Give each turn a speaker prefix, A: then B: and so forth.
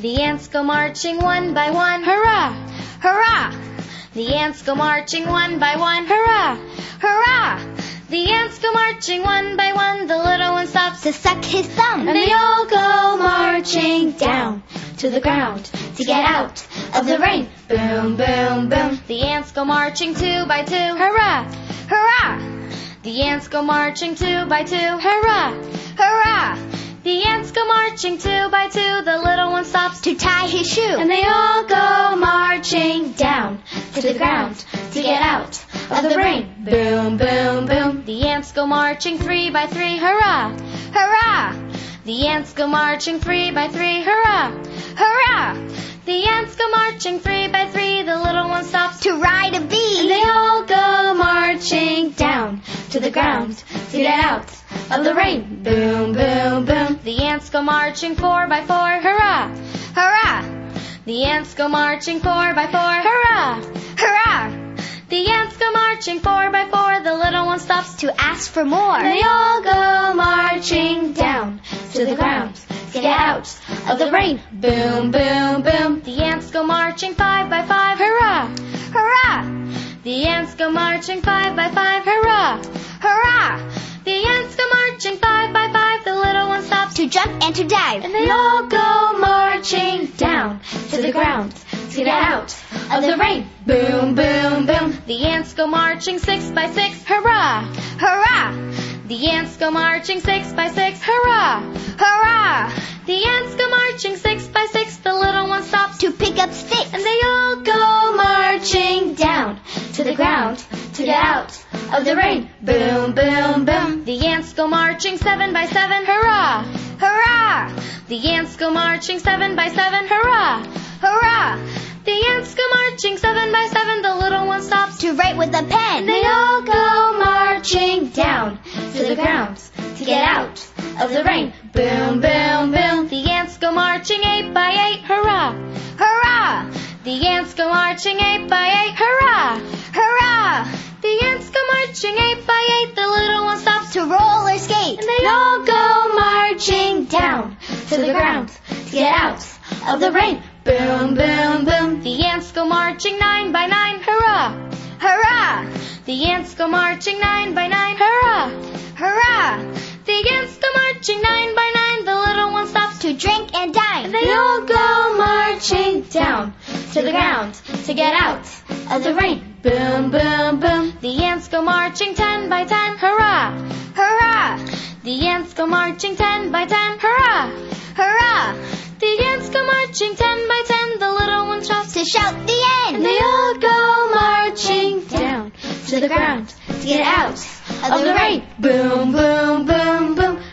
A: The ants go marching one by one.
B: Hurrah!
A: Hurrah! The ants go marching one by one.
B: Hurrah!
A: Hurrah! The ants go marching one by one. The little one stops
B: to suck his thumb.
A: And they all go marching down to the ground to get out of the rain. Boom, boom, boom. The ants go marching two by two.
B: Hurrah!
A: Hurrah! The ants go marching two by two.
B: Hurrah!
A: Hurrah! The ants go marching two by two. The little one stops
B: to tie his shoe.
A: And they all go marching down to the ground to get out of the rain. Boom, boom, boom. The ants go marching three by three.
B: Hurrah!
A: Hurrah! The ants go marching three by three.
B: Hurrah!
A: Hurrah! The ants go marching three by three. The little one stops
B: to ride a bee.
A: And they all go marching down to the ground to get out of the rain. Boom, boom, boom. The ants go marching four by four.
B: Hurrah!
A: Hurrah! The ants go marching four by four.
B: Hurrah!
A: Hurrah! The ants go marching four by four. The little one stops
B: to ask for more.
A: And they all go marching down to the ground. Get out of the rain. Boom, boom, boom. The ants go marching five by five.
B: Hurrah!
A: Hurrah! The ants go marching five by five.
B: Hurrah!
A: Hurrah! The ants go marching five by five. The little one stops
B: to jump and to dive.
A: And they all go marching down to the ground to get out of the rain. Boom, boom, boom. The ants go marching six by six.
B: Hurrah!
A: Hurrah! The ants go marching six by six.
B: Hurrah!
A: Hurrah! The ants go marching six by six. The little one stops
B: to pick up sticks.
A: And they all go marching down to the ground to get out of the rain. Boom, boom, boom. The ants go marching seven by seven.
B: Hurrah!
A: Hurrah! The ants go marching seven by seven.
B: Hurrah!
A: Hurrah! The ants go marching seven by seven. The little one stops
B: to write with a pen.
A: And they all go marching down to the ground to get out of the rain. Boom, boom, boom. The ants go marching eight by eight.
B: Hurrah!
A: Hurrah! The ants go marching eight by eight.
B: Hurrah!
A: Hurrah! The ants go marching eight by eight. The little one stops
B: to roller skate.
A: And they all go marching down to the ground to get out of the rain. Boom, boom, boom. The ants go marching nine by nine.
B: Hurrah!
A: Hurrah! The ants go marching nine by nine.
B: Hurrah!
A: Hurrah! The ants go marching nine by nine. The little one stops
B: to drink and dine.
A: And they all go marching down to the ground to get out of the rain. Boom, boom, boom. The ants go marching ten by ten.
B: Hurrah!
A: Hurrah! The ants go marching ten by ten.
B: Hurrah!
A: Hurrah! The ants go marching ten by ten. The little one stops
B: to shout the end.
A: And they all go marching down to the ground to get out of the rain. Boom, boom, boom, boom.